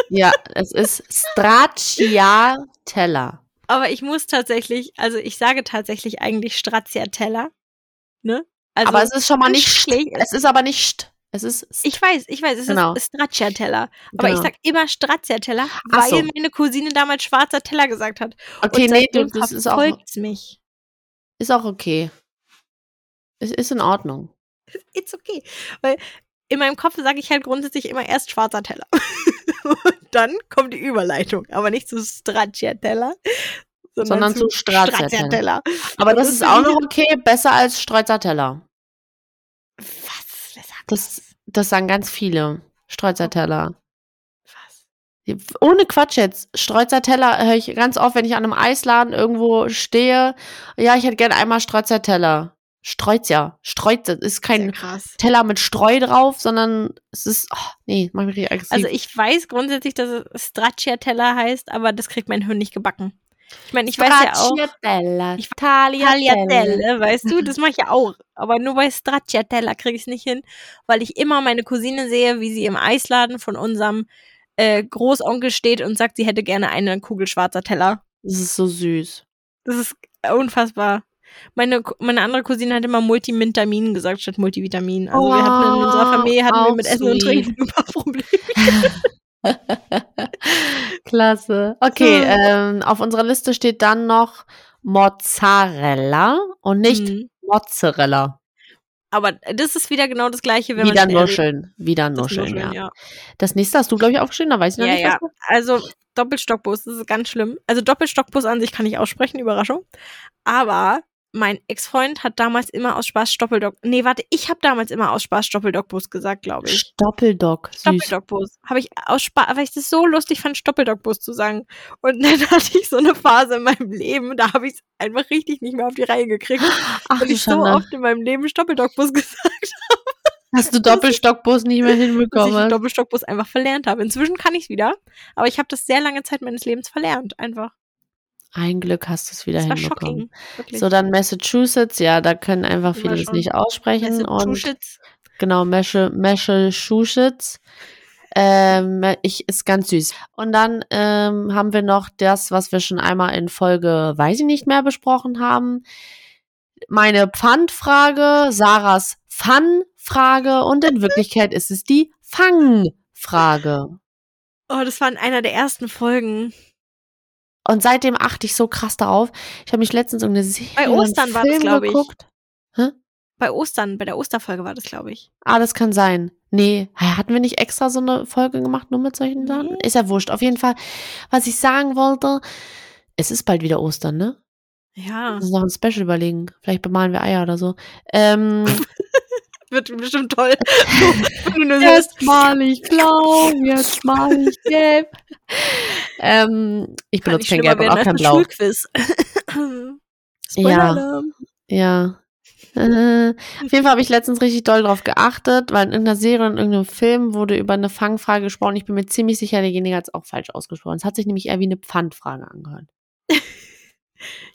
Ja, es ist Stracciatella. Aber ich muss tatsächlich, also ich sage tatsächlich eigentlich Stracciatella. Ne? Also aber es ist schon mal nicht st. schlecht. Es ist aber nicht st. Es ist st. Ich weiß, ich weiß, es Genau. ist Stracciatella. Aber ich Genau. sag immer Stracciatella, Ach weil so. meine Cousine damals schwarzer Teller gesagt hat. Okay, Und nee, du, seitdem das ist auch, verfolgt's mich. ist auch okay. Es ist in Ordnung. It's okay. Weil in meinem Kopf sage ich halt grundsätzlich immer erst schwarzer Teller. Und dann kommt die Überleitung. Aber nicht zu Stracciatella, Sondern zu Stracciatella. Aber Und das das ist auch finde noch ich- okay, besser als Streuzerteller. Was? Wer sagt Das, Das sagen ganz viele. Streuzerteller. Was? Ohne Quatsch jetzt. Streuzerteller höre ich ganz oft, wenn ich an einem Eisladen irgendwo stehe. Ja, ich hätte gerne einmal Streuzerteller. Streuzer. Streuzer. Sehr Ist kein krass. Teller mit Streu drauf, sondern es ist. Oh, nee, mach mich richtig aggressiv. Also ich weiß grundsätzlich, dass es Stracciatella heißt, aber das kriegt mein Hirn nicht gebacken. Ich meine, ich weiß ja auch Stracciatella. Ich- Tagliatelle, weißt du, das mache ich ja auch. Aber nur bei Stracciatella kriege ich es nicht hin, weil ich immer meine Cousine sehe, wie sie im Eisladen von unserem äh, Großonkel steht und sagt, sie hätte gerne eine Kugel schwarzer Teller. Das ist so süß. Das ist unfassbar. Meine, Ku- meine andere Cousine hat immer Multimintamin gesagt statt Multivitamin. Also wir hatten in unserer Oh, Familie hatten wir auch mit Essen und sweet. Trinken immer Probleme. Klasse. Okay, Hm. ähm, auf unserer Liste steht dann noch Mozzarella und nicht Mhm. Mozzarella. Aber das ist wieder genau das gleiche, wenn Wieder man schnell- Nuscheln. Wieder das Nuscheln, ja. Nuscheln, ja. Das nächste hast du, glaube ich, aufgeschrieben, da weiß ich noch Ja, nicht. ja. was- Also Doppelstockbus, das ist ganz schlimm. Also Doppelstockbus an sich kann ich aussprechen, Überraschung. Aber mein Ex-Freund hat damals immer aus Spaß Stoppeldock. Nee, warte, ich habe damals immer aus Spaß Stoppeldockbus gesagt, glaube ich. Stoppeldock. Süß. Stoppeldockbus. Habe ich aus Spaß, weil ich das so lustig fand, Stoppeldockbus zu sagen. Und dann hatte ich so eine Phase in meinem Leben, da habe ich es einfach richtig nicht mehr auf die Reihe gekriegt, Ach, weil du ich so Schande. oft in meinem Leben Stoppeldockbus gesagt habe, Hast du Doppelstockbus nicht mehr dass ich den hinbekommen? Doppelstockbus einfach verlernt habe. Inzwischen kann ich es wieder, aber ich habe das sehr lange Zeit meines Lebens verlernt, einfach. Ein Glück hast du es wieder Das war hinbekommen. shocking. Wirklich. So, dann Massachusetts, ja, da können Immer einfach viele es schon. nicht aussprechen. Und Massachusetts. Genau, Mesche, Mesche Schuschitz. Ähm, ich, ist ganz süß. Und dann ähm, haben wir noch das, was wir schon einmal in Folge, weiß ich nicht mehr, besprochen haben. Meine Pfandfrage, Sarahs Fun-Frage und in Wirklichkeit ist es die Fang-Frage. Oh, das war in einer der ersten Folgen. Und seitdem achte ich so krass darauf. Ich habe mich letztens um eine Serie Bei oder einen Ostern war das, Film glaub ich. geguckt. Bei Ostern, bei der Osterfolge war das, glaube ich. Ah, das kann sein. Nee, hatten wir nicht extra so eine Folge gemacht, nur mit solchen Sachen? Nee. Ist ja wurscht. Auf jeden Fall, was ich sagen wollte, es ist bald wieder Ostern, ne? Wir Ja. müssen noch ein Special überlegen. Vielleicht bemalen wir Eier oder so. Ähm, Wird bestimmt toll. Wenn du nur siehst. jetzt mal ich blau, jetzt mal ich gelb. ähm, ich Kann benutze nicht kein schlimmer Gelb und werden auch als kein ein Blau. Schulquiz. Spoiler-Alarm. Ja. Äh, auf jeden Fall habe ich letztens richtig doll drauf geachtet, weil in irgendeiner Serie und in irgendeinem Film wurde über eine Fangfrage gesprochen. Ich bin mir ziemlich sicher, derjenige hat es auch falsch ausgesprochen. Es hat sich nämlich eher wie eine Pfandfrage angehört.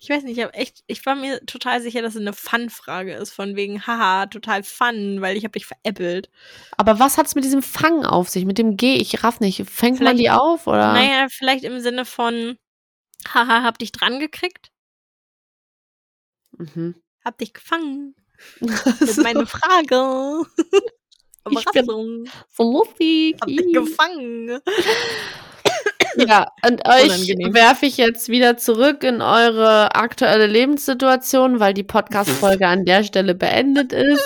Ich weiß nicht, ich, hab echt, ich war mir total sicher, dass es eine Fun-Frage ist, von wegen, haha, total fun, weil ich habe dich veräppelt. Aber was hat es mit diesem Fang auf sich? Mit dem G? Ich raff nicht. Fängt man Vielleicht- die auf? Oder? Naja, vielleicht im Sinne von, haha, hab dich dran gekriegt, Mhm. hab dich gefangen. Das ist meine Frage. bin- Überraschung. so lustig. Hab dich gefangen. Ja, und euch Unangenehm. werfe ich jetzt wieder zurück in eure aktuelle Lebenssituation, weil die Podcast-Folge an der Stelle beendet ist.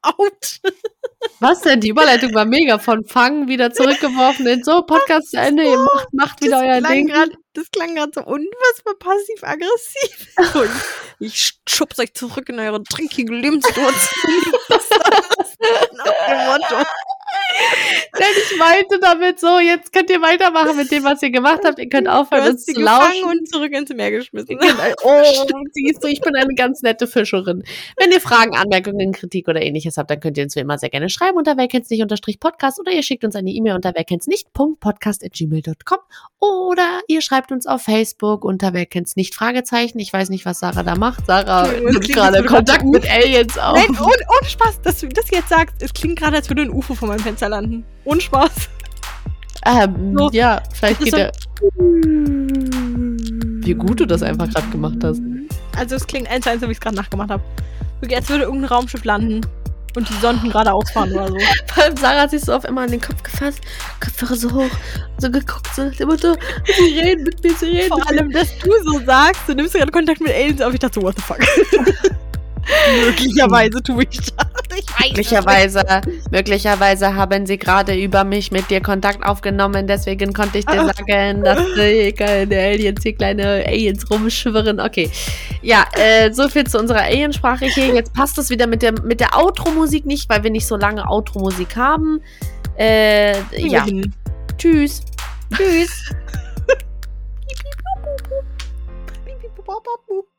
Out. Was denn? Die Überleitung war mega. Von Fang wieder zurückgeworfen in so, Podcast zu Ende, ihr macht, macht Genau, wieder euer Ding. Das klang gerade so unfassbar passiv-aggressiv. So, ich ich schub's euch zurück in eure trinkige Lebenssituation. Was soll das denn auf dem Motto? Denn ich meinte damit so, jetzt könnt ihr weitermachen mit dem, was ihr gemacht habt. Ihr könnt Du aufhören, uns hast sie zu gefangen lauschen. und zurück ins Meer geschmissen. Oh, siehst du, ich bin eine ganz nette Fischerin. Wenn ihr Fragen, Anmerkungen, Kritik oder ähnliches habt, dann könnt ihr uns wie immer sehr gerne schreiben unter werkennt's nicht unterstrich Podcast oder ihr schickt uns eine E-Mail unter werkennt's nicht Punkt Podcast at gmail.com oder ihr schreibt uns auf Facebook unter werkennt's nicht Fragezeichen. Ich weiß nicht, was Sarah da macht. Sarah Entschuldigung, es nimmt klingt gerade jetzt Kontakt mit Aliens auf. Nein, ohne, ohne Spaß, dass du das jetzt sagst. Es klingt gerade, als würde ein UFO vor meinem Fenster landen. Ohne Spaß. Ähm, So. ja, vielleicht Das geht ist er. Wie gut du das einfach gerade gemacht hast. Also es klingt eins zu eins, so wie ich es gerade nachgemacht habe. Wirklich, als würde irgendein Raumschiff landen und die Sonden gerade ausfahren oder so. Vor allem Sarah hat sich so auf immer an den Kopf gefasst, Kopfhörer so hoch, so geguckt, so nach dem Motto, sie reden mit mir, sie reden Vor mit mir. allem, dass du so sagst, du nimmst gerade Kontakt mit Aliens auf. Ich dachte so, what the fuck. Möglicherweise tue ich das. Ich weiß es Möglicherweise, möglicherweise haben sie gerade über mich mit dir Kontakt aufgenommen, deswegen konnte ich dir Ah. sagen, dass die kleine Aliens, hier kleine Aliens rumschwirren. Okay. Ja, äh, so viel zu unserer Aliensprache hier. Jetzt passt es wieder mit der, mit der Outro-Musik nicht, weil wir nicht so lange Outro-Musik haben. Äh, nicht. ja. Tschüss. Tschüss. Piep, piep, piep, piep, piep, piep, piep, piep, piep.